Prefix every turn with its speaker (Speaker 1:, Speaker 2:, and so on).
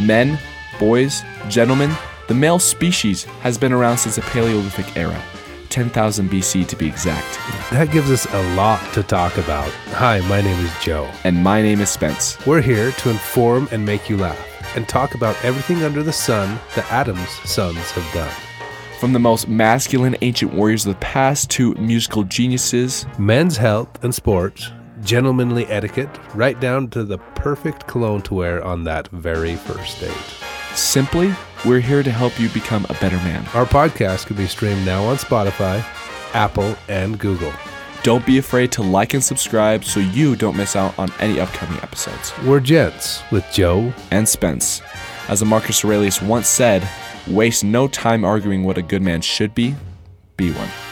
Speaker 1: men, boys, gentlemen, the male species has been around since the Paleolithic era, 10,000 BC to be exact.
Speaker 2: That gives us a lot to talk about. Hi, my name is Joe.
Speaker 1: And my name is Spence.
Speaker 2: We're here to inform and make you laugh and talk about everything under the sun that Adam's sons have done.
Speaker 1: From the most masculine ancient warriors of the past to musical geniuses,
Speaker 2: Men's health and sports, gentlemanly etiquette, right down to the perfect cologne to wear on that very first date.
Speaker 1: simply, we're here to help you become a better man.
Speaker 2: Our podcast can be streamed now on Spotify, Apple, and Google.
Speaker 1: Don't be afraid to like and subscribe so you don't miss out on any upcoming episodes.
Speaker 2: We're Gents with Joe.
Speaker 1: And Spence, as the Marcus Aurelius once said, waste no time arguing what a good man should be, be one.